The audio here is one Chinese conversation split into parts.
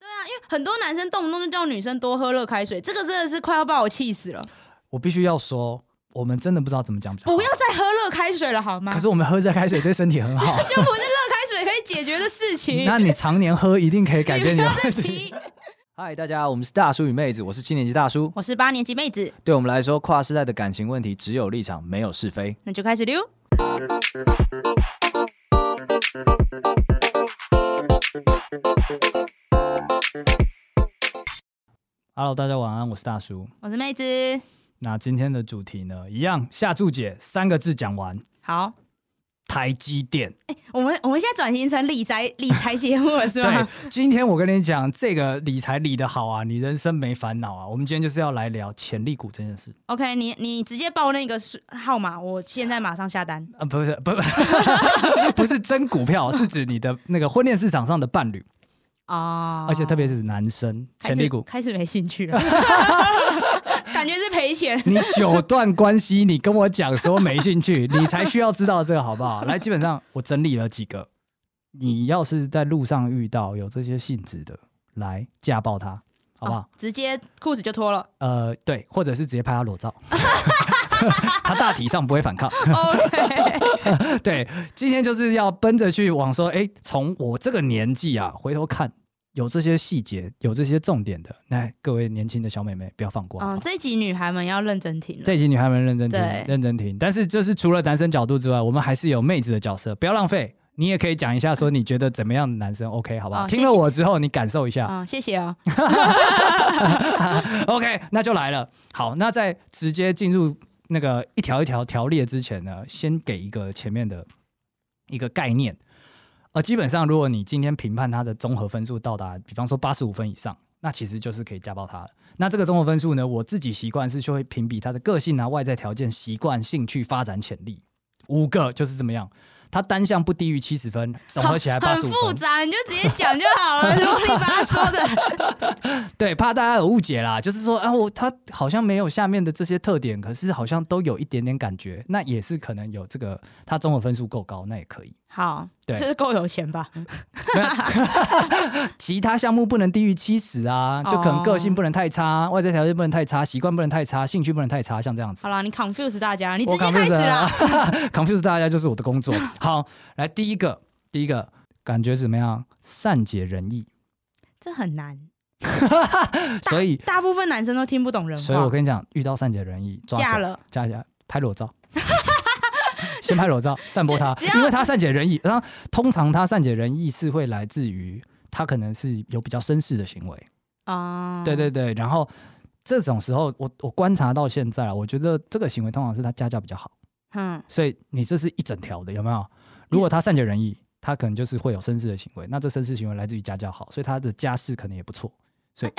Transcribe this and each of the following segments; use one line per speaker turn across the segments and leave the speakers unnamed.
啊很多男生动不动就叫女生多喝热开水，这个真的是快要把我气死了！
我必须要说，我们真的不知道怎么讲比较好
不要。啊再喝热开水了好吗？
可是我们喝热开水对身体很 好，
就不是热开水可以解决的事情。
那你常年喝一定可以改变
你
你
不
的
要再
问题。
提。
嗨，大家，我们是大叔与妹子，我是七年级大叔。
我是八年级妹子，
对我们来说，跨世代的感情问题只有立场，没有是非。
那就开始溜。
Hello，大家晚安，我是大叔。
我是妹子，
那今天的主题呢，一样下注解三个字讲完，
好，
台积电。
我们我们现在转型成理财理财节目了，是
对
吗？，
今天我跟你讲，这个理财理得好啊，你人生没烦恼啊。我们今天就是要来聊潜力股这件事
OK，你你直接报那个是号码，我现在马上下单。
啊、不是不 不是真股票，是指你的那个婚恋市场上的伴侣，
哦，
而且特别是指男生
开始
潜力股。
开始没兴趣 了，感觉是赔钱。
你九段关系，你跟我讲说没兴趣，你才需要知道这个好不好？来，基本上我整理了几个，你要是在路上遇到有这些性质的，来架爆他，好不好？
哦直接裤子就脱 了。
呃，对，或者是直接拍他裸照， 他大体上不会反抗。
OK，
对，今天就是要奔着去往说，哎，从我这个年纪啊，回头看有这些细节，有这些重点的，那各位年轻的小妹妹不要放过。好不好
嗯，这一集女孩们要认真听了。
这一集女孩们认真听
对，
认真听。但是就是除了男生角度之外，我们还是有妹子的角色，不要浪费。你也可以讲一下，说你觉得怎么样的男生 OK，好不好？
嗯哦
听
谢
了
谢
我之后，你感受一下。
嗯，谢谢啊。
OK，那就来了。好，那在直接进入那个一条一条条列之前呢，先给一个前面的一个概念。呃，基本上如果你今天评判它的综合分数到达，比方说八十五分以上，那其实就是可以加爆它了。那这个综合分数呢，我自己习惯是就会评比它的个性啊、外在条件、习惯、兴趣、发展潜力，五个就是这么样。它单项不低于七十分，总合起来八
很
十五分。
复杂，你就直接讲就好 了，啰里吧嗦的。
对，怕大家有误解啦，就是说啊，我他好像没有下面的这些特点，可是好像都有一点点感觉，那也是可能有这个他综合分数够高，那也可以。
好，
对嗯
这是够有钱吧？
其他项目不能低于七十啊，就可能个性不能太差，外在条件不能太差，习惯不能太差，兴趣不能太差，像这样子
好。啦，你 confuse 大家，你直
我
接开始
confuse
啦。
啊 confuse 大家就是我的工作。好，来第一个，第一个感觉怎么样？善解人意，
这很难，
所以
大部分男生都听不懂人
所以我
话。
跟你讲，遇到善解人意，抓起
嫁
来
了，
加一下拍裸照， 先拍裸照散播他
只只，要
因为他善解人意。然后通常他善解人意是会来自于他可能是有比较绅士的行为，
哦，
对对对。然后这种时候，我我观察到现在啊，我觉得这个行为通常是他家教比较好，
嗯，
所以你这是一整条的，有没有？如果他善解人意，他可能就是会有绅士的行为，那这绅士行为来自于家教好，所以他的家世可能也不错。
哎哎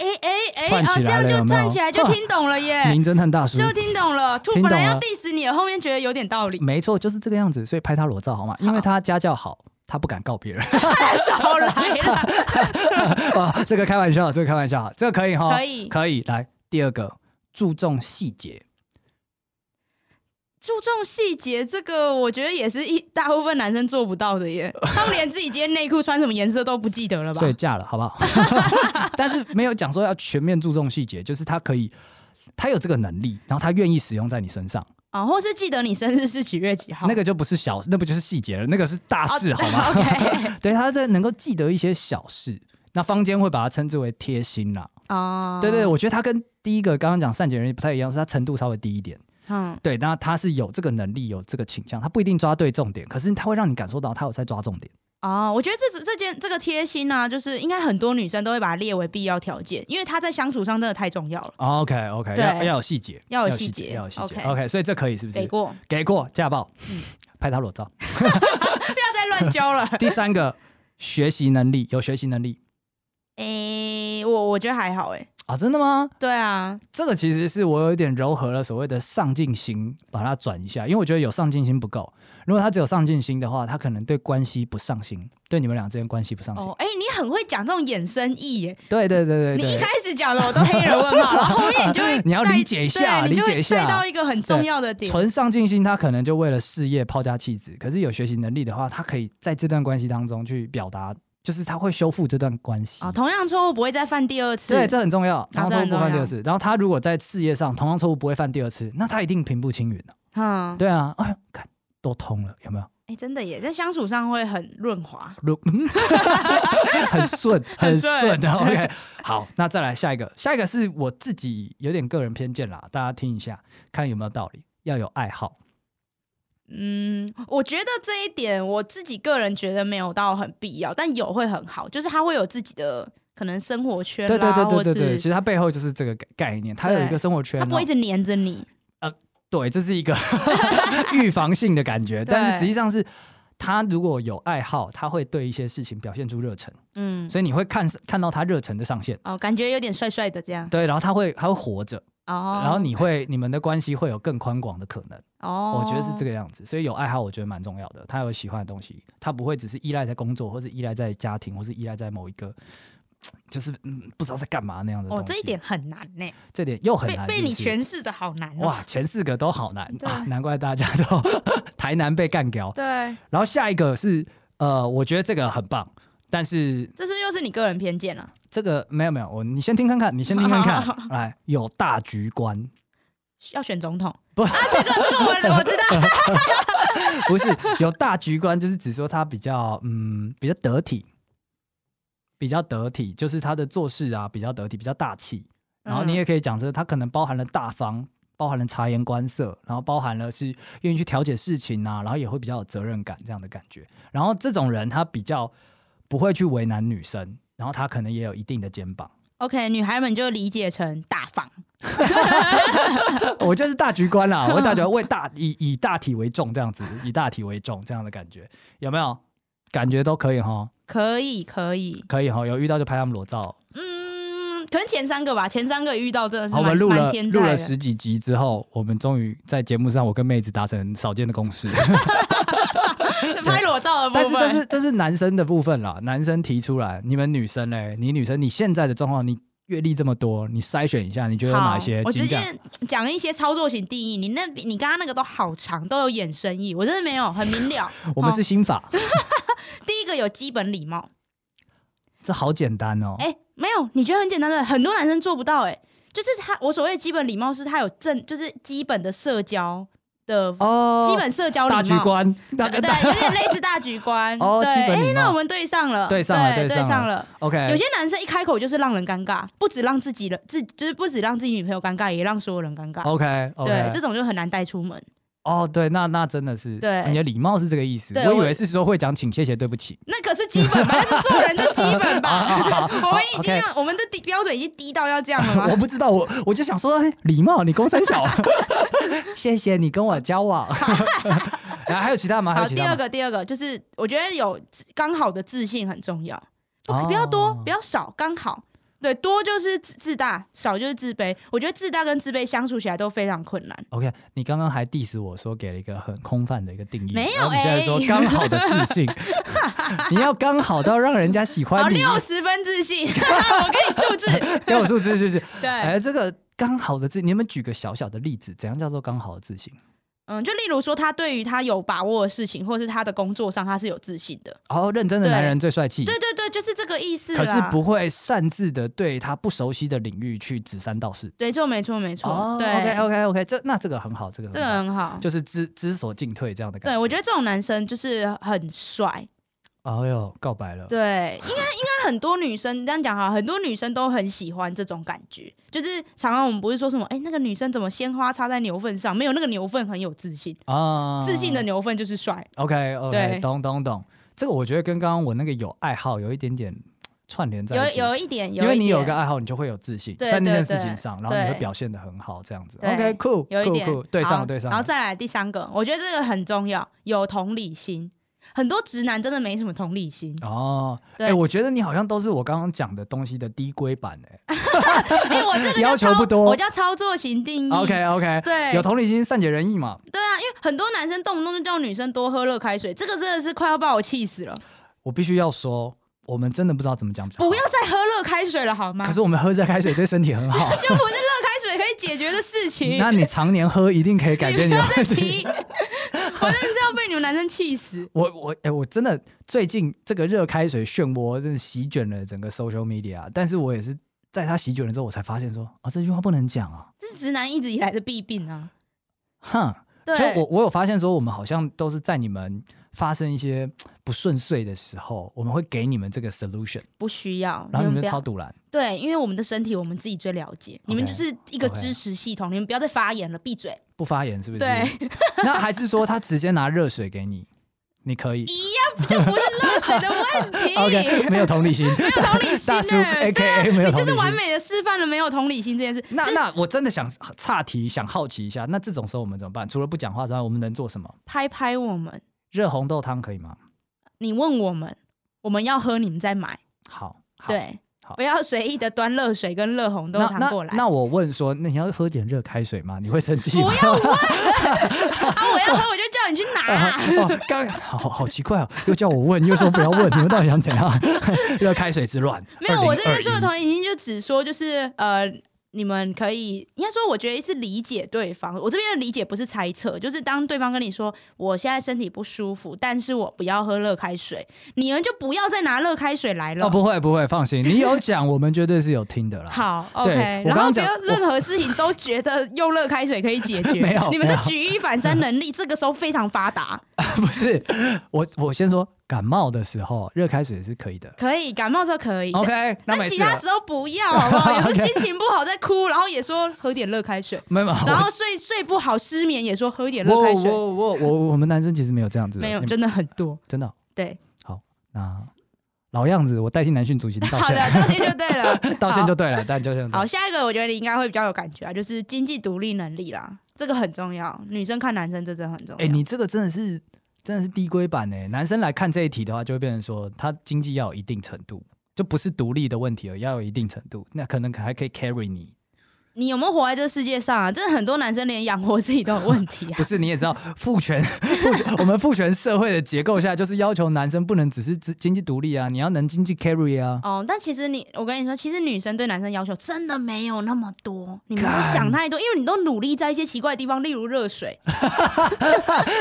哎哎哎，
串
哦，
起
这
来
样
了有
就
没有
串起来就听懂了 耶，
名侦探大叔
哎就听懂了。突
听懂
本来要
了
diss 你，后面觉得有点道理，
没错，就是这个样子，所以拍他裸照好吗？因为他家教好，他不敢告别人。
少来了。
啊，这个开玩笑，这个开玩笑，这个可以哈，
可以
可以。来第二个，注重细节，
注重细节这个，我觉得也是一大部分男生做不到的耶。他们连自己今天内裤穿什么颜色都不记得了吧
所？以嫁了，好 不好？但是没有讲说要全面注重细节，就是他可以，他有这个能力，然后他愿意使用在你身上，
啊，或是记得你生日是几月几号？哦
那个就不是小，那不就是细节了，那个是大 事，好吗？
？OK，
对，他在能够记得一些小事。那坊间会把它称之为贴心啦，
哦，
对对，我觉得他跟第一个刚刚讲善解人意不太一样，是他程度稍微低一点。
嗯，
对，那他是有这个能力，有这个倾向，他不一定抓对重点，可是他会让你感受到他有在抓重点。
哦，我觉得这这件这个贴心啊，就是应该很多女生都会把它列为必要条件，因为它在相处上真的太重要了。
OK OK，
对
哦要要有细节，
要有
细
细
节，
节
要有细节。
OK
OK，所以这可以是不是？
给过， 嗯
给过家暴， 拍他裸照。
不要再乱教了。
第三个，学习能力有学习能力
诶、我我觉得还好诶、
啊？真的吗？
对啊，
这个其实是我有一点柔和了所谓的上进心，把它转一下，因为我觉得有上进心不够。如果他只有上进心的话，他可能对关系不上心，对你们俩之间关系不上心。
哦，诶、你很会讲这种衍生意耶、
对对对对
你一
对
开。始讲的我都黑人问 号，然后后面你就会
你要
带
理解一下
对你就
理解
会
一下
带到一个很重要的点。
纯上进心，他可能就为了事业抛家弃子。可是有学习能力的话，他可以在这段关系当中去表达就是他会修复这段关系。
啊，同样错误不会再犯第二次。
对，这很重要。同样错误
这很
不犯第
重
二
要
次，然后他如果在事业上同样错误不会犯第二次，那他一定平步青云了、
嗯，
对啊，哎呦，看都通了，有没有？
哎、真的耶，在相处上会很润滑。
如很顺，很
顺
顺的。OK，好，那再来下一个，下一个是我自己有点个人偏见啦，大家听一下，看有没有道理。要有爱好，
嗯，我觉得这一点我自己个人觉得没有到很必要，但有会很好，就是他会有自己的可能生活圈啦，
对对对对对
或
对，
啊是
其实它背后就是这个概概念，它有一个生活圈
他
哦、
不会一直黏着你。
对，这是一个 预防性的感觉，
对
但是实际上是他如果有爱好，他会对一些事情表现出热忱，
嗯，
所以你会看看到他热忱的上限，
哦，感觉有点帅帅的这样。
对，然后他会他会活着，
哦，
然后你会你们的关系会有更宽广的可能。
哦，
我觉得是这个样子，所以有爱好我觉得蛮重要的。他有喜欢的东西，他不会只是依赖在工作，或是依赖在家庭，或是依赖在某一个，就是嗯不知道在干嘛那样的东
哦
西。，
这一点很难呢，
这点又很
被
难
被
是不
你
是
诠释的好难哦。
哇，前四个都好难
对
啊，难怪大家都 台南被干掉。
对，
然后下一个是呃，我觉得这个很棒，但是
这是又是你个人偏见啊了。
这个没有没有，我你先听看看，你先听看
好
看，来有大局观。
要选总统，
不
啊，这个这个我我知道，
不是有大局观，就是指说他比较嗯比较得体，比较得体，就是他的做事啊比较得体，比较大气。然后你也可以讲说，他可能包含了大方，包含了察言观色，然后包含了是愿意去调解事情啊，然后也会比较有责任感这样的感觉。然后这种人他比较不会去为难女生，然后他可能也有一定的肩膀。
OK，女孩们就理解成大方，
我就是大局观啦，我大局观为大以以大体为重这样子，以大体为重这样的感觉，有没有？感觉都可以哈。
可以可以，
可以哈，有遇到就拍他们裸照。
嗯，可能前三个吧，前三个遇到真的是
好，我们
蛮
录了
蛮天
录
才
了
的。
十几集之后，我们终于在节目上，我跟妹子达成少见的 共识。
是拍裸照的部
但
分
是这是这是男生的部分啦，男生提出来，你们女生嘞，你女生你现在的状况，你阅历这么多，你筛选一下，你觉得有
好
哪些
我
金
直
奖？
接讲一些操作型定义，你那你刚刚那个都好长，都有衍生意，我真的没有很明了。
我们
哦
是心法，
第一个有基本礼貌，
这好简单哦。
哎、没有，你觉得很简单的，很多男生做不到、哎，就是他我所谓的基本礼貌是他有正，就是基本的社交的、
哦，
基本社交礼
大
貌，
局观，大
对，有点类似大局观。
哦
对，
基本礼貌
哎那我们对上了，
对上了
对
对上
上
了
了。有
OK，
些男生一开口就是让人尴尬，不止让自己人，自就是不止让自己女朋友尴尬，也让所有人尴尬。
OK
对，这
OK，
种就很难带出门。
哦，对，那那真的是，
对
你的礼貌是这个意思。
对
我以
我
为是说会讲请、谢谢、对不起。
那可是基本吧，那是做人的基本吧。我们已经
OK
要我们的低标准已经低到要这样了
我
吗？
不知道，我我就想说，哎礼貌，你公 三小，谢谢你跟我交往。然后还有其他吗？还有
好，
其
第
他
二
吗？
个，第二个就是我觉得有刚好的自信很重要，不
哦
不要多，不要少，刚好。对，多就是自自大，少就是自卑。我觉得自大跟自卑相处起来都非常困难。
OK，你刚刚还 diss 我说给了一个很空泛的一个定义，
没有
然后你现在说
哎
刚好的自 信，你要刚好到让人家喜
好，
欢你，
六十分自 信，我给你数字。
给我数字就是，
对，
哎，这个刚好的自，你们举个小小的例子，怎样叫做刚好的自信？
嗯，就例如说，他对于他有把握的事情，或是他的工作上，他是有自信的。
哦，认真的
对
男人最帅气，
对对对，就是啊这个意思啦。
嗯可是不会擅自的对他不熟悉的领域去指三道四。
对，就没错没错，
哦
对
，OK OK OK，这那这个很好，这个
这
很
个
好。
很好。
就是知知所进退这样的感觉。
对，我觉得这种男生就是很帅。
得，哎呦，告白了，
对，应该应该很多女生这样讲哈，很多女生都很喜欢这种感觉。就是常常我们不是说什么，哎、那个女生怎么鲜花插在牛粪上？没有，那个牛粪很有自信，
啊，
自信的牛粪就是帅。
OK OK，
对
懂懂懂。这个我觉得跟刚刚我那个有爱好有一点点串联在
有
一起，
有一点，
因为你有
一
个
点
爱好，你就会有自信
对
在那件
对
事
对
情上，然后你会
对
表现的很好，这样子。
对
OK，酷，
有一
酷
点
酷，对
好
上对上
然后。再来第三个，我觉得这个很重要，有同理心。很多直男真的没什么同理心，
哦，哎、
对
我觉得你好像都是我刚刚讲的东西的低规版哎、
哎、我 这个
要
叫
求
操
不多哦
我叫操作型定义。
OK OK，
嗯对，
有同理心，善解人意嘛。
对啊，因为很多男生动不动就叫女生多喝热开水，这个真的是快要把我气死了！
我必须要说，我们真的不知道怎么讲比较好
不要。再喝热开水了好吗？
哦可是我们喝热开水对身体很好，
就不是热开水可以解决的事情。
那你常年喝一定可以改 变
你
你
不
的
要再
问题。
提，我我真的是要被你们男生气死。
我我哎、我真的最近这个热开水漩涡真的席卷了整个 social media，但是我也是在它席卷了之后，我才发现说，哦，这句话不能讲啊，
这是直男一直以来的弊病啊。
哼。
对，
就我我有发现说，我们好像都是在你们发生一些不顺遂的时候，我们会给你们这个 solution，
不需要，
然后你们
不
就超
要。
堵拦。
对，因为我们的身体我们自己最了解，你们就是一个
OK
支持系统，你们不要再发言了，闭嘴。
不发言是不是？
对，
那还是说他直接拿热水给你，你可以。
就不是热水的问题。
OK，没有同理心，没有同
理心
大叔
欸
A K A 没有
你
同
就
理
是
心。
完美的示范了没有同理心这件事。
那
就是
那我真的想岔题，想好奇一下，那这种时候我们怎么办？除了不讲话之外，我们能做什么？
拍拍我们，
热红豆汤可以吗？
你问我们，我们要喝，你们再买。
好，好。
对
好，
不要随意的端热水跟热红豆
那
糖
那
过来。
那我问说，那你要喝点热开水吗？你会生气
不
吗？
要问啊！我要喝，我就叫你去拿、
啊 哦，刚好好奇怪哦，又叫我问，又说不要问，你们到底想怎样？ 热开水之乱，
没有，我这边
2021
说的同理心就只说就是呃，你们可以应该说，我觉得是理解对方。我这边的理解不是猜测，就是当对方跟你说我现在身体不舒服，但是我不要喝热开水，你们就不要再拿热开水来了。
哦，不会不会，放心，你有讲，我们绝对是有听的啦。
好
对
，OK，
我
然
刚
后不
刚讲
要任何事情都觉得用热开水可以解决，
没 有
你们的
没有
举一反三能力这个时候非常发达，
不是我我先说，感冒的时候热开水是可以的。
可以感冒的时候可以
OK，那
但
没
其
事
他
了，
时候不要，好不好？有时候
OK
心情不好在哭，然后也说喝点热开水，
没有。
然后睡睡不好失眠也说喝点热
我
开水，
我我我我们男生其实没有这样子的，
没有，
啊你们
真的很多。
真的哦
对，
那老样子，我代替男性族群 道
好的
歉，，。
道歉就对了
道歉就对了，哎但就这样子
好。好，下一个我觉得你应该会比较有感觉啊，就是经济独立能力啦，这个很重要。女生看男生，这真的很重要。
哎、你这个真的是真的是低规版哎、男生来看这一题的话，就会变成说他经济要有一定程度，就不是独立的问题了，要有一定程度，那可能还可以 carry 你。
你有没有活在这世界上啊？真的很多男生连养活自己都有问题啊
不。是，你 也知道，父权父权我们父权社会的结构下，就是要求男生不能只是只经济独立啊，你要能经济 carry 啊。
哦，但其实你，我跟你说，其实女生对男生要求真的没有那么多，你们不
干
想太多，因为你都努力在一些奇怪的地方，例如热水。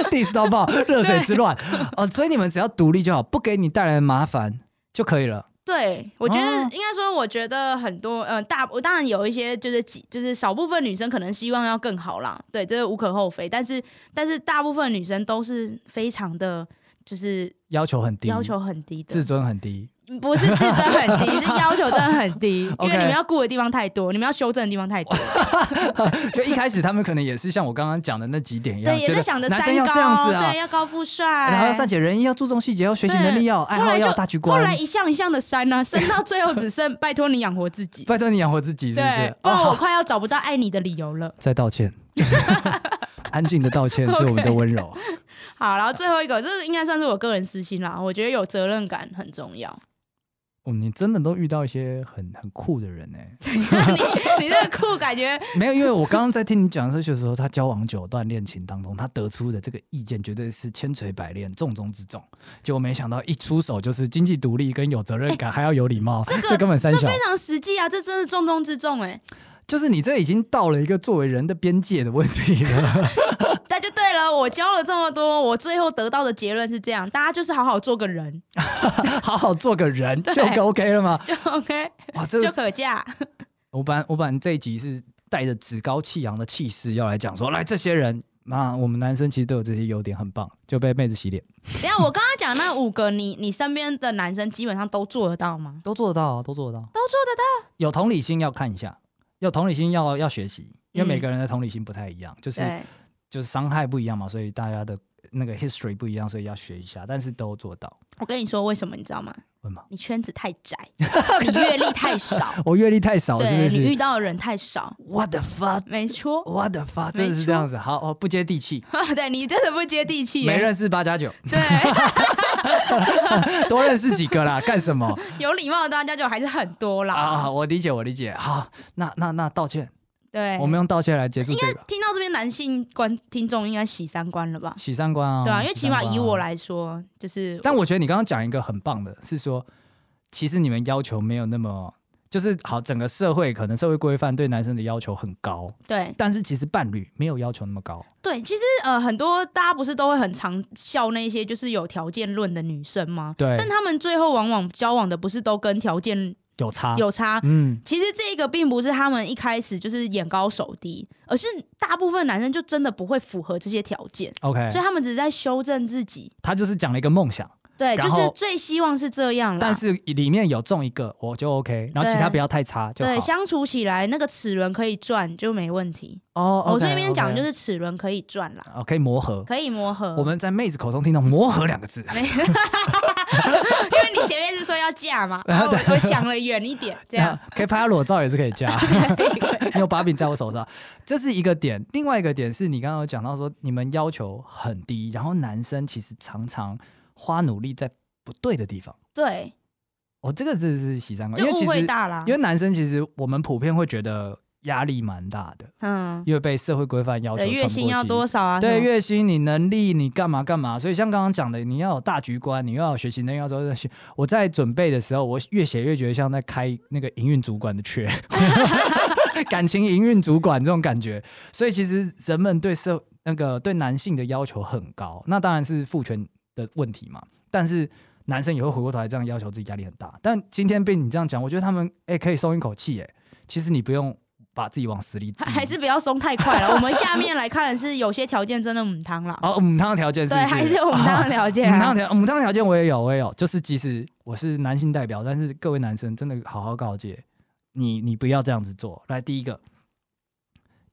diss 到爆，热水之乱哦，所以你们只要独立就好，不给你带来麻烦就可以了。
对，我觉得
哦
应该说，我觉得很多，呃，大我当然有一些就是几就是少部分女生可能希望要更好啦，对，这是无可厚非。但是但是大部分女生都是非常的，就是
要求很低，
要求很低的嗯
自，尊很低。
不是自尊很低， 是要求真的很低，因
OK
为你们要顾的地方太多，你们要修正的地方太多。
就一开始他们可能也是像我刚刚讲的那几点一样，
对，也
觉
在
得
想着
男
三
生要这样
高，
子啊哎
对，，要高富帅，
然后要善解人意，要注重细节，要学习能力，要有爱
后
好，
来
要
就
有大局
后来
观。
一项一项的删啊，删到最后只剩拜托你养活 自己。
拜托你养活自己，是不
对
是，？
不然我
哦，
快要找不到爱你的理由了。
再 道歉，安静的道歉是我们的温柔。
好，然后最后一个，这个应该算是我个人私心啦。我觉得有责任感很重要。
哦，你真的都遇到一些很很酷的人呢。 欸
你你这个酷感 觉，
没有，因为我刚刚在听你讲这些的时候，他交往九段恋情当中，他得出的这个意见绝对是千锤百炼、重中之重。结果没想到一出手就是经济独立、跟有责任感，还要有礼 貌，
这个
根本三
这
小
非。常实际啊，这真是重中之 重哎、
就是你这已经到了一个作为人的边界的问题了。
那就对了，我教了这么多，我最后得到的结论是这样：大家就是好好做个人
好好做个人
对
就 OK 了吗？
就 OK，
哇，这
就
个
可嫁。
我本来我本来这一集是带着趾高气扬的气势要来讲说，来这些人。那我们男生其实都有这些优点，很棒，就被妹子洗脸，
等一下我刚刚讲那五个，你你身边的男生基本上都做得到吗？
都做得到啊，都做得到。
都做得到，
有同理心要看一下，有同理心要要学习，因为
嗯
每个人的同理心不太一样，就是
对。
就是伤害不一样嘛，所以大家的那个 history 不一样，所以要学一下，但是都做到。
我跟你说为什么，你知道吗？
问吧，
你圈子太 窄，你阅历太少，
我阅历太少了，是
对
不
你遇
是
到的人太少，
？What the fuck？
没错。
What the fuck，真的是这样子，好，哦，不接地气，
对你真的不接地气耶，
没认识 八加九，
对。
多认识几个啦，干 什么
有礼貌的大家就还是很多啦。
啊？我理解，我理解，好，那那那道歉，
对，
我们用道歉来结束这个
听到这边男性观听众应该喜三观了吧？
喜三观啊，
对啊，因为
喜
起
三
码
观
以
啊
我来说，就是
但我觉得你刚刚讲一个很棒的，是说其实你们要求没有那么，就是好，整个社会可能社会规范对男生的要求很高，
对
但是其实伴侣没有要求那么高。
对，其实呃，很多大家不是都会很常笑那些就是有条件论的女生吗？
对，
但他们最后往往交往的不是都跟条件
有差。
有差，
嗯，
其实这个并不是他们一开始就是眼高手低，而是大部分男生就真的不会符合这些条件，
OK，
所以他们只是在修正自己。
他就是讲了一个梦想，
对，就
然
是
后
最希望是这样啦。
但是里面有中一个我就 OK，然后其他
嗯对
不要太差就好。
对相处起来，那个齿轮可以转就没问题。
哦，
我这边讲就是是齿轮可以转啦，
哦，可以磨合。
可以磨合。
我们在妹子口中听到“磨合”两个字，
没，因为你前面是说要嫁 嘛，
啊
然后我我想了远一点，这样
可以拍他裸照也是可以加。
可以可以
你有把柄在我手上，这是一个点。另外一个点是你刚刚有讲到说，你们要求很低，然后男生其实常常花努力在不对的地方。
对，
哦，这个是是喜三观，
就
因为
误
其
会
实
大啦
因。为男生其实我们普遍会觉得压力蛮大的，
嗯，
因为被社会规范要求
对，月
喘不
薪
过
要
气
多少啊？
对
什么
月薪、你能力、你干嘛干嘛，所以像刚刚讲的，你要有大局观，你要有学习能力，要做学。我在准备的时候，我越写越觉得像在开那个营运主管的缺， 感情营运主管这种感觉。所以其实人们对社那个对男性的要求很高，那当然是父权的问题嘛。但是男生也会回过头来这样要求自己，压力很大。但今天被你这样讲，我觉得他们哎、可以松一口气哎、其实你不用把自己往死里逼，
还还是不要松太快了。我们下面来看的是有些条件真的母汤啦，
哦，母汤的条 件是不
对，
是
还是我们
啊
汤的条件
母汤
啊。
条母汤条件我也有，我也有，就是即使我是男性代表，但是各位男生真的好好告诫你，你不要这样子做。来，第一个，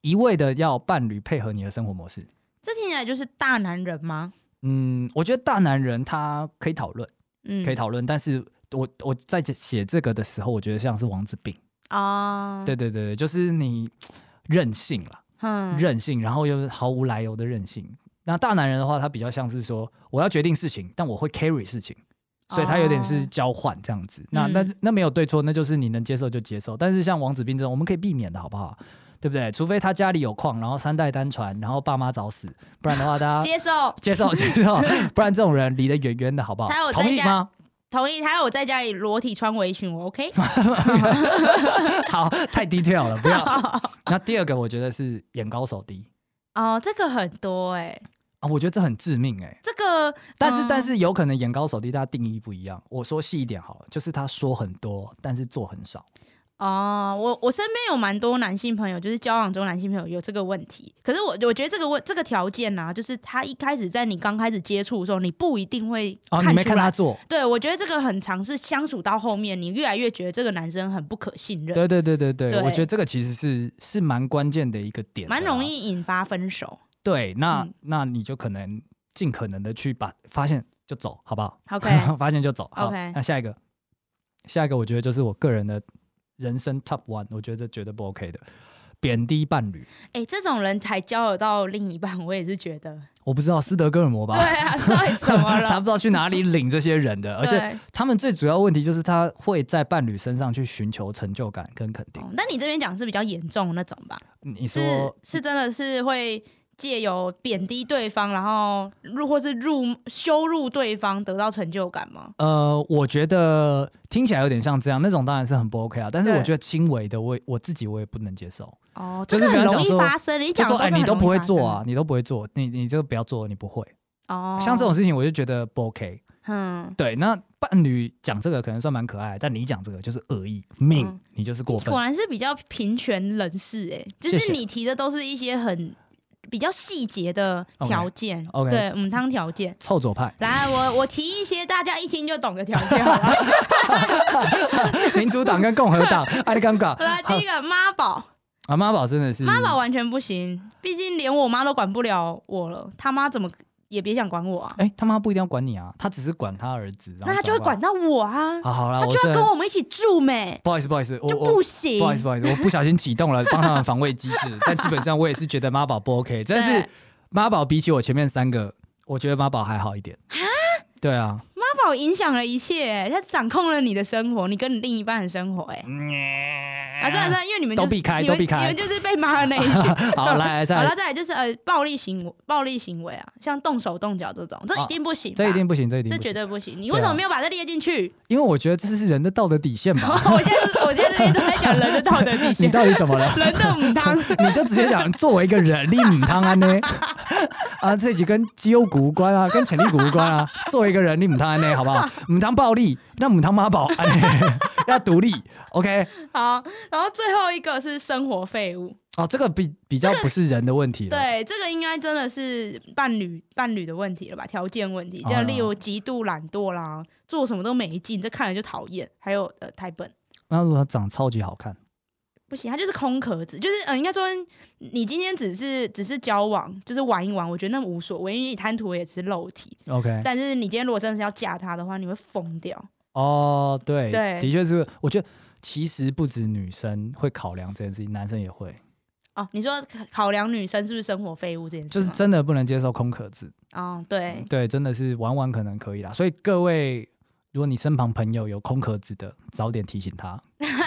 一味的要伴侣配合你的生活模式。
这听起来就是大男人吗？
嗯，我觉得大男人他可以讨论，
嗯，
可以讨论，但是我我在写这个的时候，我觉得像是王子病。
啊，
对对对对，就是你任性了。
嗯，
任性，然后又是毫无来由的任性。那大男人的话，他比较像是说，我要决定事情，但我会 carry 事情，所以他有点是
哦
交换这样子。那那
嗯
那没有对错，那就是你能接受就接受。但是像王子斌这种，我们可以避免的好不好？对不对？除非他家里有矿，然后三代单传，然后爸妈早死，不然的话大 家
接受
接受接受，不然这种人离得远远的好不好
他有？在
同意
家
吗？
同意。他要我在家里裸体穿围裙，我 OK。
好，太 detail 了，不要。那第二个，我觉得是眼高手低
哦，这个很多哎，
啊，我觉得这很致命哎、
这个
但是，
嗯
但是有可能眼高手低，大家定义不一样。我说细一点好了，就是他说很多，但是做很少。
哦，我我身边有蛮多男性朋友，就是交往中男性朋友有这个问题。可是我我觉得这个问这个条件呢、啊，就是他一开始在你刚开始接触的时候，你不一定会
哦，
出
你没
来。
看他做？
对，我觉得这个很常是相处到后面，你越来越觉得这个男生很不可信任，
对对对对对，
对
我觉得这个其实是是蛮关键的一个点的啦，
蛮容易引发分手。
对。那、
嗯
那你就可能尽可能的去把发现就走，好不好
OK，
发现就走。好
OK
那下一个，下一个我觉得就是我个人的人生 top one，我觉得绝对不 OK 的，贬低伴侣。
哎、这种人才交得到另一半， 我也是觉得，
我不知道斯德哥尔摩吧？
对啊，到底怎么
他
了？
不知道去哪里领这些人 的，而且
对
他们最主要问题就是他会在伴侣身上去寻求成就感跟肯定。
哦那你这边讲是比较严重的那种吧？
你
是
说
是真的是会借由贬低对方，然后入或是入羞辱对方得到成就感吗？
呃，我觉得听起来有点像这样，那种当然是很不 OK 啊。但是
对
我觉得轻微的我，我自己我也不能接受。
哦，
就
这个
是
很
比方
容易
讲说
发生，你
就
讲的
说哎、
是很
你都不会
容易发
做
生
啊，你都不会做，你你这个不要做，你不会。
的，哦，
像这种，事情，我就觉得不 OK。
嗯，
对，那伴侣讲这个可能算蛮可爱，但你讲这个就是恶意命，
嗯
你就是过
你
分
果。然是比较平权人士哎、就
谢谢
是你提的都是一些很比较细节的条件
OK，OK
对，母汤条件。，
臭左派
来，我我提一些大家一听就懂的条件好 了。
民主党跟共和 党，啊爱的尴尬。
来，第一个妈宝，
啊，妈宝真的是
妈宝完全不行，毕竟连我妈都管不了我了，他妈怎么也别想管我啊？
哎、他妈不一定要管你啊，他只是管他儿子，然后
那他就会
转
管到我啊，
过来。好好啦，
他
我
就是要跟我们一起住没，
不好意思，不好意思，我
就
我
不行。
不好意思，不好意思，我不小心启动了帮他们防卫机制，但基本上我也是觉得妈宝不 OK，但是
对
妈宝比起我前面三个，我觉得妈宝还好一点。对啊，
妈宝影响了一切，他掌控了你的生活，你跟你另一半的生活，哎，啊，算了算了，因为你们、就是、
都避开
你们
都避开
你们就是被骂的那一群。
好，来来再
好了，
来，
再来就是呃，暴力行为，暴力行为啊，像动手动脚这种，这一定不行吧、
啊这一定不行，这一定
这
不
绝
行，
对不行。你
对啊
为什么没有把这列进 去？
因为我觉得这是人的道德底线吧。
我现在是我现在这边都在讲人的道德底
你
线，
到底怎么了？
人的母 汤。
你就直接讲，作为一个人，利敏汤安呢？ 啊，这集跟肌肉股无关啊，跟潜力股无关啊。作为一个人，利敏汤安呢，好不好？母汤暴力，那母汤妈宝，安呢 要独立。OK，
好，然后最后一个是生活废物，
哦，这个比比较不是人的问题了。
对，这个应该真的是伴侣伴侣的问题了吧？条件问题，
哦
就例如极度懒惰啦，做什么都没劲，这看了就讨厌。还有呃，太笨，
那如果他长超级好看，
不行，他就是空壳子，就是呃，应该说你今天只是只是交往，就是玩一玩，我觉得那无所谓，因为你贪图的也是肉体。
OK，
但是你今天如果真的是要嫁他的话，你会疯掉。
哦，对，
对
的确是，我觉得其实不止女生会考量这件事情，男生也会，
哦，你说考考量女生是不是生活废物这件事吗？
就是真的不能接受空壳子，
哦，对，
对，真的是玩玩可能可以啦。所以各位，如果你身旁朋友有空壳子的，早点提醒他。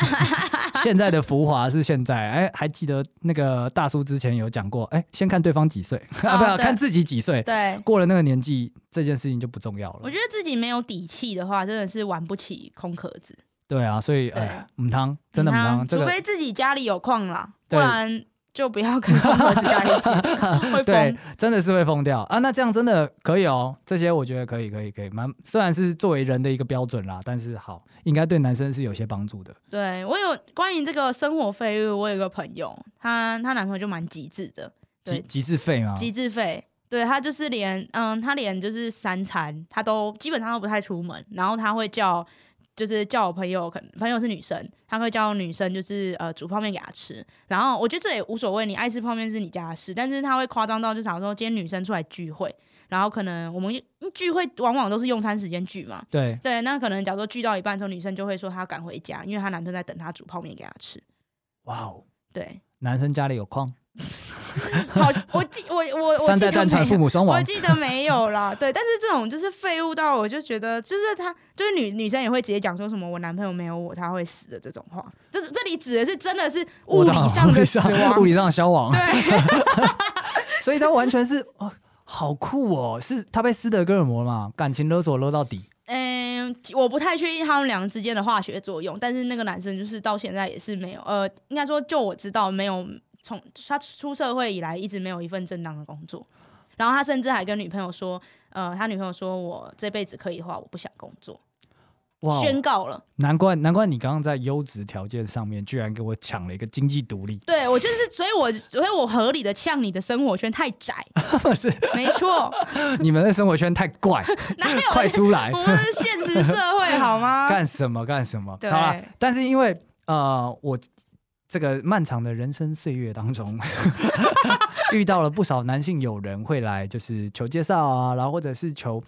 现在的浮华是现在，哎，还记得那个大叔之前有讲过，哎，先看对方几岁 啊，
哦
不要
对
看自己几岁，
对，
过了那个年纪，这件事情就不重要
我
了
觉。得自己没有底气的话，真的是玩不起空壳子。
对啊，所以
对
哎，母汤真的母
嗯
汤，这
除
个
非自己家里有矿啦，不
对
然就不要跟空壳子在一起， 会
对
疯。，
真的是会疯掉啊！那这样真的可以哦，这些我觉得可以，可以，可以，蛮虽然是作为人的一个标准啦，但是好，应该对男生是有些帮助的。
对我有关于这个生活废物，我有一个朋友，她她男朋友就蛮极致的，
极
对
极致费吗？
极致废。对他就是连嗯，他连就是三餐他都基本上都不太出门，然后他会叫就是叫我朋友，可能朋友是女生，他会叫女生就是呃煮泡面给他吃。然后我觉得这也无所谓，你爱吃泡面是你家的事，但是他会夸张到就想说今天女生出来聚会，然后可能我们聚会往往都是用餐时间聚嘛，
对，
对，那可能假如说聚到一半的时候，女生就会说她要赶回家，因为她男生在等她煮泡面给她吃。
哇哦，
对，
男生家里有矿，
好，我记我我我
三
记
代
得
单传
没有
父母双
我
亡，
记得没有啦，对，但是这种就是废物到我就觉得，就是他就是女女生也会直接讲说什么我男朋友没有我他会死的这种话，这这里指的是真的是物
我的
理上的死
物理上物
亡，
理上的消亡，
对
所以他完全是哦，好酷哦，是他被斯德哥尔摩嘛，感情勒索勒到底。
嗯、我不太确定他们俩之间的化学作用，但是那个男生就是到现在也是没有，呃，应该说就我知道没有从他出社会以来一直没有一份正当的工作，然后他甚至还跟女朋友说，呃，他女朋友说我这辈子可以的话我不想工作，
哇哦，
宣告了。
难怪难怪你刚刚在优质条件上面居然给我抢了一个经济独立，
对我就是，所以我所以我合理的呛你的生活圈太窄，
是
没错，
你们的生活圈太 怪，
哪有
快出来！
我们是现实社会好吗？
干什么干什么？好
对
啦，但是因为呃，我这个漫长的人生岁月当中， 遇到了不少男性友人会来，就是求介绍啊，然后或者是求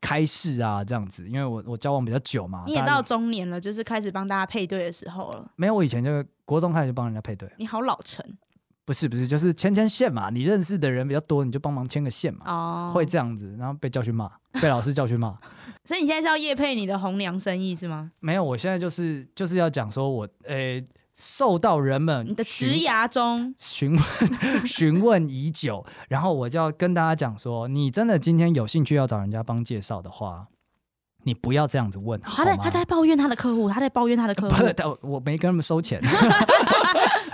开示啊这样子。因为我我交往比较久嘛，
你也
大家
到
就
中年了，就是开始帮大家配对的时候了，
没有我以前就国中开始就帮人家配对，
你好老成
不是不是，就是牵牵线嘛，你认识的人比较多，你就帮忙牵个线嘛，
哦。
会，这样子，然后被教训骂，被老师教训骂。
所以你现在是要夜配你的红娘生意是吗？
没有，我现在就是就是要讲说我呃。受到人们
你的
询
职涯中，
询问 询问已久，然后我就要跟大家讲说，你真的今天有兴趣要找人家帮介绍的话，你不要这样子问，
他
好
在
吗
他在抱怨他的客户，他在抱怨他的客户
不，是，但我我没跟他们 收钱。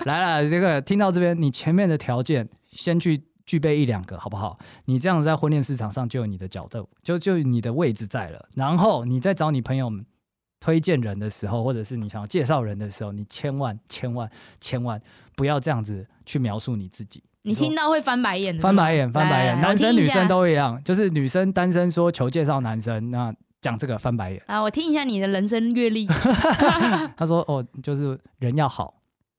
来了，这个听到这边，你前面的条件先去具备一两个，好不好？你这样子在婚恋市场上就有你的角度，就就有你的位置在了。然后你在找你朋友们推荐人的时候，或者是你想要介绍人的时候，你千万千万千万不要这样子去描述你自己。
你
说
听到会翻白眼的是吗，
翻白眼，翻白
来来
眼，
来
男
我
生
听一
女
下
生都一样，就是女生单身说求介绍男生，那讲这个翻白眼。
啊，我听一下你的人生阅 历，
他说哦，就是 人要好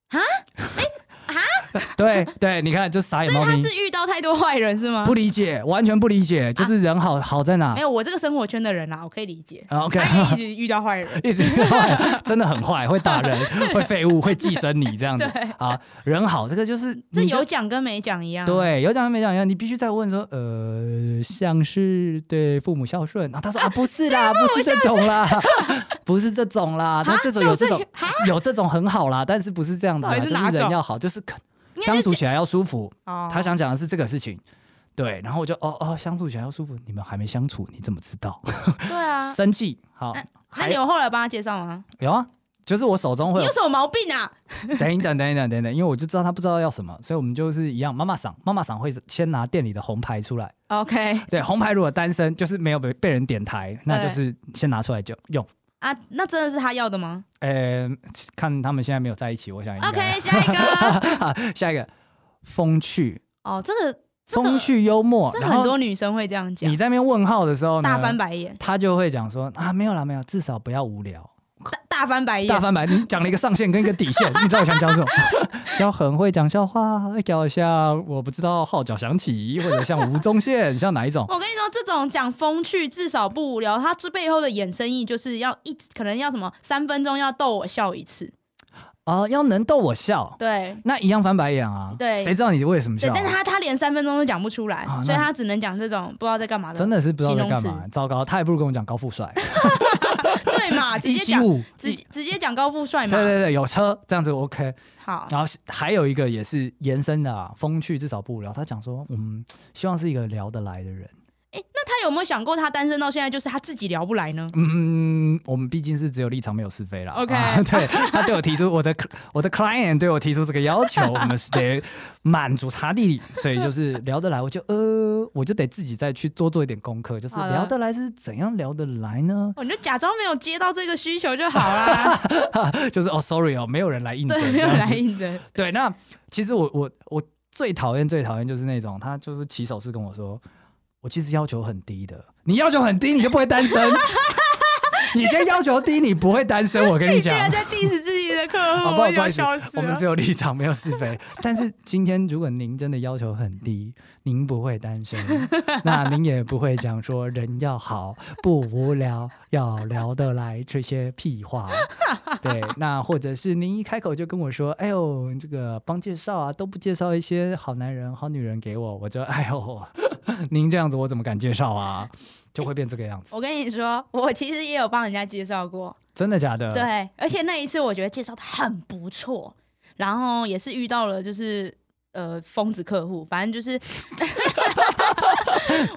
啊，哎啊，对对，你看就傻眼
所以
猫
他
咪，
是遇到太多坏人是吗？
不理解，完全不理解，就是人好、好在哪
啊没？哎有，我这个生活圈的人啊，我可以理 解，
啊 OK，
他也一直遇到坏人
，一直坏，真的很坏，会打人， 会废物，会寄生你这样子
对
啊。人好，这个就是
这
你就
有啊讲跟没讲一样。，
对啊有讲没讲一样，你必须再问说，呃，像是对父母孝顺，然后他说啊，不 是啦，不是这种啦， 不是这种
啊
啦，那这种有这种有这种很好啦，但是不是这样子
到
啦，
底是
就
哪
是人
种
要好，就是可
应该
相
就
处起来要舒服。
哦
他想讲的是这个事情。对，然后我就哦哦，相处起来要舒服。你们还没相处，你怎么知道？
对啊。
生气好，
那
还
你有后来帮他介绍吗？
有啊，就是我手中会
你
有
有什么毛病啊？
等一等，等一等，等一等，因为我就知道他不知道要什么，所以我们就是一样。妈妈桑，妈妈桑会先拿店里的红牌出来。
OK
对，红牌如果单身，就是没有被被人点台，那就
对
是先拿出来就用。
啊，那真的是他要的吗
呃，看他们现在没有在一起，我想应该。
？OK，下一个
下一个，风趣，
哦，这个这
风
个
趣幽默。
这
哦然
很
后
多女生会这样讲
你，在那边问号的时候呢，
大翻白眼，
他就会讲说啊，没有啦，没有，至少不要无聊。
大大翻白
大
眼，
翻白，你讲了一个上限跟一个底线，你知道我想讲什么？ 要很会讲笑话，要像我不知道号角响起，或者像吴宗宪，像哪一种？
我跟你说，这种讲风趣，至少不无聊。它这背后的衍生意就是要一直，可能要什么三分钟要逗我笑一次。
呃，要能逗我笑，
对
那一样翻白眼啊。
对
谁知道你为什么
对
笑，啊？
但是他他连三分钟都讲不出来，
啊
所以
那
他只能讲这种不知道在干嘛的。
真的是不知道在干
形容
嘛，糟糕，他还不如跟我讲高富帅，
对嘛？ 直
一
接
七
讲
五，
直
一
直接讲高富帅
对
嘛。
对对，有车这样子 OK。
好，
然后还有一个也是延伸的啊，风趣至少不无聊。他讲说，嗯，希望是一个聊得来的人。
那他有没有想过，他单身到现在就是他自己聊不来呢？
嗯，我们毕竟是只有立场没有是非啦。
OK
啊对他对我提出我的我的 client 对我提出这个要求，我们是得满足他的，所以就是聊得来，我就呃，我就得自己再去多做一点功课，就是
好的
聊得来是怎样聊得来呢？
哦，你就假装没有接到这个需求就好啦。
就是哦，sorry 哦，没有人来 应征，
对，
这
没有
样子
来应征。
对，那其实我我我最讨厌最讨厌就是那种他就是起手是跟我说，我其实要求很低的，你要求很低你就不会单身， 你先要求低你不会单身，我跟
你
你
居
讲。
然在 diss 自己的 客
哦，
户，
不好
我
意思不
就
好意思
笑死，
我们
了
只。有立场，没有是非。 但是今天如果您真的要求很低，您不会 单身，那您也不会讲说人要好不无聊，要聊得来这些 屁话。对，那或者是您一开口就跟我说，哎呦，这个帮介绍啊，都不介绍一些好男人、好女人给我，我就哎呦， 您这样子我怎么敢介绍啊？就会变这个样子，
我跟你说，我其实也有帮人家介绍过，
真的假的？，
对，而且那一次我觉得介绍的很不错，然后也是遇到了就是呃疯子客户，反正就是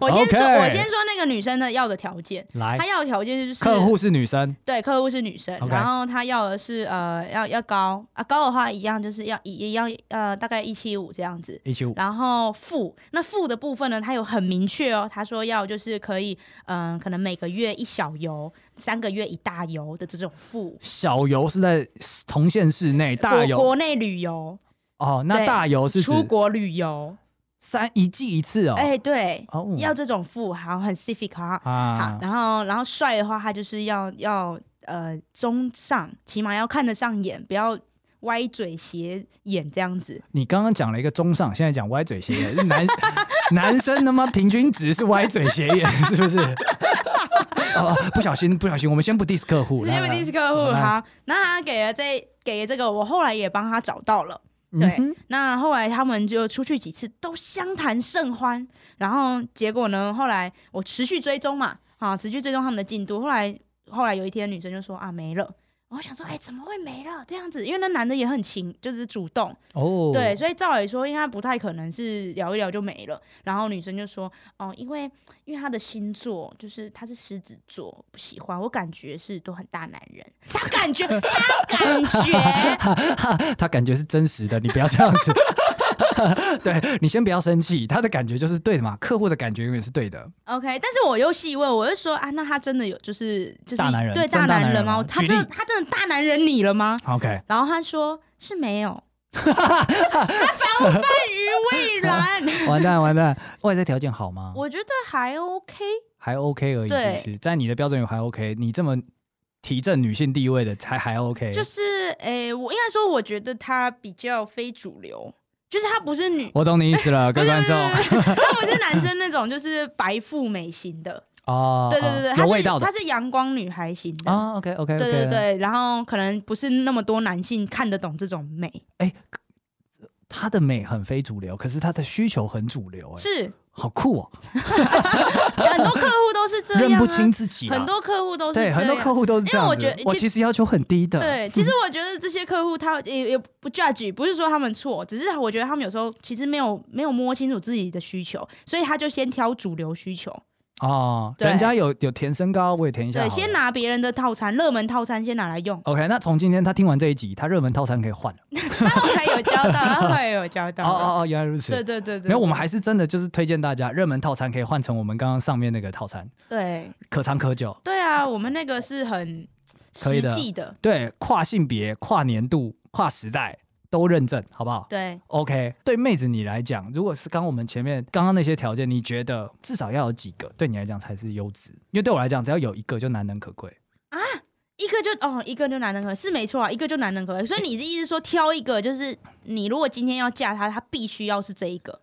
我先说
OK
我先说那个女生的要的条件，
来
她，要的条件就是
客户是女生，
对客户是女生
OK
然后她要的是呃要要高啊高的话一样就是要一也要呃大概一七五这样子。
一七五，
然后付那付的部分呢，她有很明确哦，她说要就是可以，嗯、可能每个月一小油，三个月一大油的这种付，
小游是在同县市内，大
国
游
国内旅游、
哦，那
对
大游是指
出国旅游，
三一季一次哦，
哎、对，
哦
要这种富豪很 civic 哈、好，
啊，
然后然后帅的话，他就是要要呃中上，起码要看得上眼，不要歪嘴斜眼这样子。
你刚刚讲了一个中上，现在讲歪嘴斜眼， 男男生他妈平均值是歪嘴斜眼， 是不是？哦，不小心，不小心，我们先不 diss 客户，
因
来
为
来
第一次客户
来
好，那他给了这给了这个，我后来也帮他找到了。
嗯
对
哼
那后来他们就出去几次，都相谈甚欢。然后结果呢，后来我持续追踪嘛，啊，持续追踪他们的进度。后来后来有一天，女生就说啊没了。我想说，哎、怎么会没了？这样子，因为那男的也很勤，就是主动，
哦，
对，，所以照理说，应该不太可能是聊一聊就没了。然后女生就说，哦，因为因为他的星座就是他是狮子座，不喜欢，我感觉是都很大男人，他感觉，他感觉，
他感觉是真实的，你不要这样子。 对你先不要生气，他的感觉就是对的嘛，客户的感觉永远是对的。
OK，但是我又细问，我就说啊，那他真的有就是就是
大男人
对
真大
大男
男人
人吗
吗？
他
举
真的
例
他真的大男人你了吗？
OK，
然后他说是没 有，他防范于未然。
完蛋完蛋，外在条件好吗？
我觉得还 OK，
还 OK 而已，是不
对
是？在你的标准里还 OK，你这么提振女性地位的才还 OK，
就是诶、我应该说，我觉得他比较非主流，就是他不是女，
我懂你意思 了，各
不
位
是
哦观
不是
众
不是，不是他不是男生那种，就是白富美型的，
哦，
对对对对，
哦
他
有
是
味道的
他是阳光女孩型的，
啊。OK OK OK，
对对对，然后可能不是那么多男性看得懂这种美，
他的美很非主流，可是他的需求很主流，哎，
是
好酷哦，
很多客户都是这样、啊，
认不清自己啊，
很多客户都是
对很
这
多
样
客户都是这样
因为
子
我觉得
我其实要求很低的，
对，其实我觉得这些客户他也也不 judge，不是说他们错，只是我觉得他们有时候其实没有没有摸清楚自己的需求，所以他就先挑主流需求，
哦，
对
人家有有填身高，我也填一下好
对，
了，，
先拿别人的套餐，热门套餐先拿来用
OK，那从今天他听完这一集，他热门套餐可以换了。
他后来有交到，他后来有交
哦
到，
哦哦，原来如
对
此。
对对对，
没有，我们还是真的就是推荐大家，热门套餐可以换成我们刚刚上面那个套餐，
对
可长可久。
对啊，我们那个是很
可以
实
的
际的，
对，跨性别、跨年度、跨时代都认证，好不好
对，
？OK，对妹子你来讲，如果是刚我们前面刚刚那些条件，你觉得至少要有几个对你来讲才是优质？因为对我来讲，只要有一个就难能可贵。
一个就哦，一个就难能可贵是没错啊，一个就难能可贵。所以你的意思是说，挑一个就是你如果今天要嫁他，他必须要是这一个，
嗯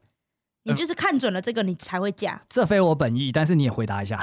你就是看准了这个，你才会嫁。
这非我本意，但是你也回答一下，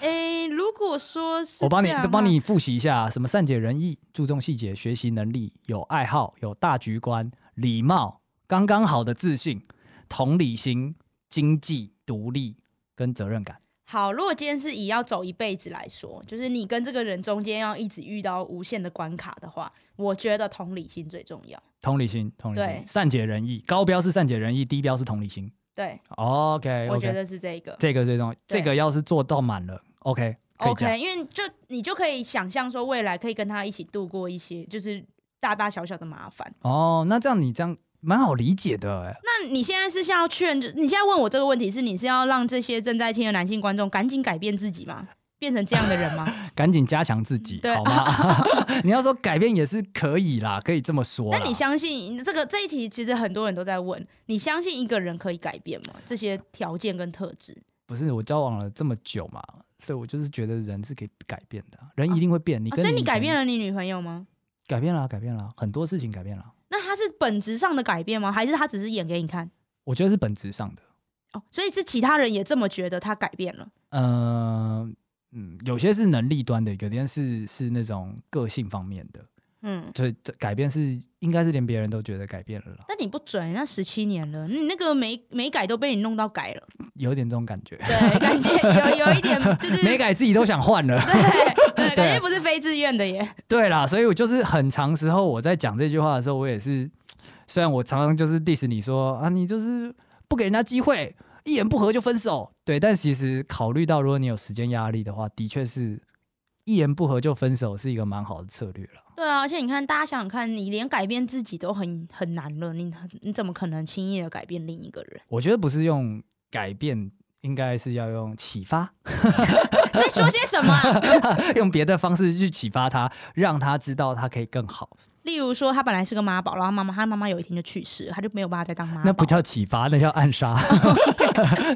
诶、如果说是
我帮你
这样啊的话
帮你复习一下，什么善解人意、注重细节、学习能力、有爱好、有大局观、礼貌、刚刚好的自信、同理心、经济独立跟责任感。
好，如果今天是以要走一辈子来说，就是你跟这个人中间要一直遇到无限的关卡的话，我觉得同理心最重要。
同理心，同理心
对，
善解人意，高标是善解人意，低标是同理心。哦
对
哎 OK，
我觉
OK，
得是这一个。
这个最重要，
对
这个要是做到满了，OK，可以这样。
OK，因为就你就可以想象说，未来可以跟他一起度过一些就是大大小小的麻烦。
哦，那这样你这样蛮好理解的欸，
那你现在是想要劝，就你现在问我这个问题是你是要让这些正在听的男性观众赶紧改变自己吗？变成这样的人 吗？
赶紧加强自己，
对
好吗？ 你要说改变也是可以啦，可以这么说啦。
那你相信这个这一题，其实很多人都在问，你相信一个人可以改变吗？这些条件跟特质，
不是我交往了这么久嘛，所以我就是觉得人是可以改变的啊，人一定会变。你
啊
跟
所以你改变
了，
了你女朋友吗？
改变了，改变了，很多事情改变了。啊
那她是本质上的改变吗？还是她只是演给你看？
我觉得是本质上的，
哦，所以是其他人也这么觉得她改变了。
呃，嗯，有些是能力端的，有些是是那种个性方面的，
嗯，
所以这改变是应该是连别人都觉得改变了啦，
但你不准，那十七年了，你那个没没改都被你弄到改了，
有点这种感觉，
对，感觉有有一点，对对对，
没改自己都想换了。
对 对，
对
感觉不是非自愿的耶。
对啦，所以我就是很长时候我在讲这句话的时候，我也是，虽然我常常就是 diss 你说啊，你就是不给人家机会，一言不合就分手，对，但其实考虑到如果你有时间压力的话，的确是一言不合就分手是一个蛮好的策略了。
对啊，而且你看，大家想想看，你连改变自己都很很难了，你你怎么可能轻易的改变另一个人？
我觉得不是用改变，应该是要用启发，
在说些什么啊、
用别的方式去启发他，让他知道他可以更好，
例如说，他本来是个妈宝，然后妈妈他妈妈有一天就去世了，他就没有办法再当妈宝。
那不叫启发，那叫暗杀。
哦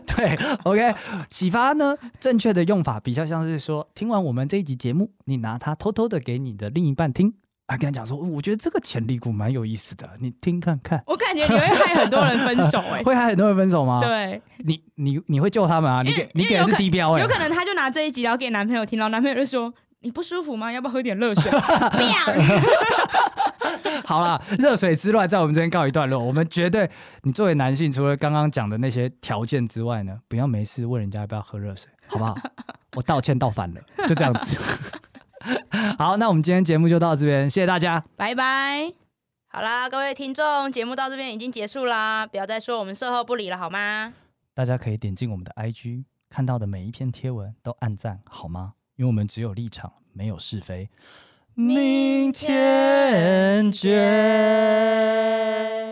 对，OK，启发呢，正确的用法比较像是说，听完我们这一集节目，你拿它偷偷的给你的另一半听，啊，跟他讲说，我觉得这个潜力股蛮有意思的，你听看看。
我感觉你会害很多人分手 哎、
会害很多人分手吗？
对，
你你你会救他们啊？你给你给的是低标哎、
有可能他就拿这一集然后给男朋友听，然后男朋友就说：“你不舒服吗？要不要喝点热水？” 不要。
好啦，热水之乱在我们这边告一段落。我们绝对，你作为男性，除了刚刚讲的那些条件之外呢，不要没事问人家要不要喝热 水，好不好？我道歉道反了，就这样子。好，那我们今天节目就到这边，谢谢大家。
拜拜。好啦，各位听众，节目到这边已经结束啦，不要再说我们售后不理了，好吗？
大家可以点进我们的 IG，看到的每一篇贴文都按赞好吗？因为我们只有立场，没有是非。明天见。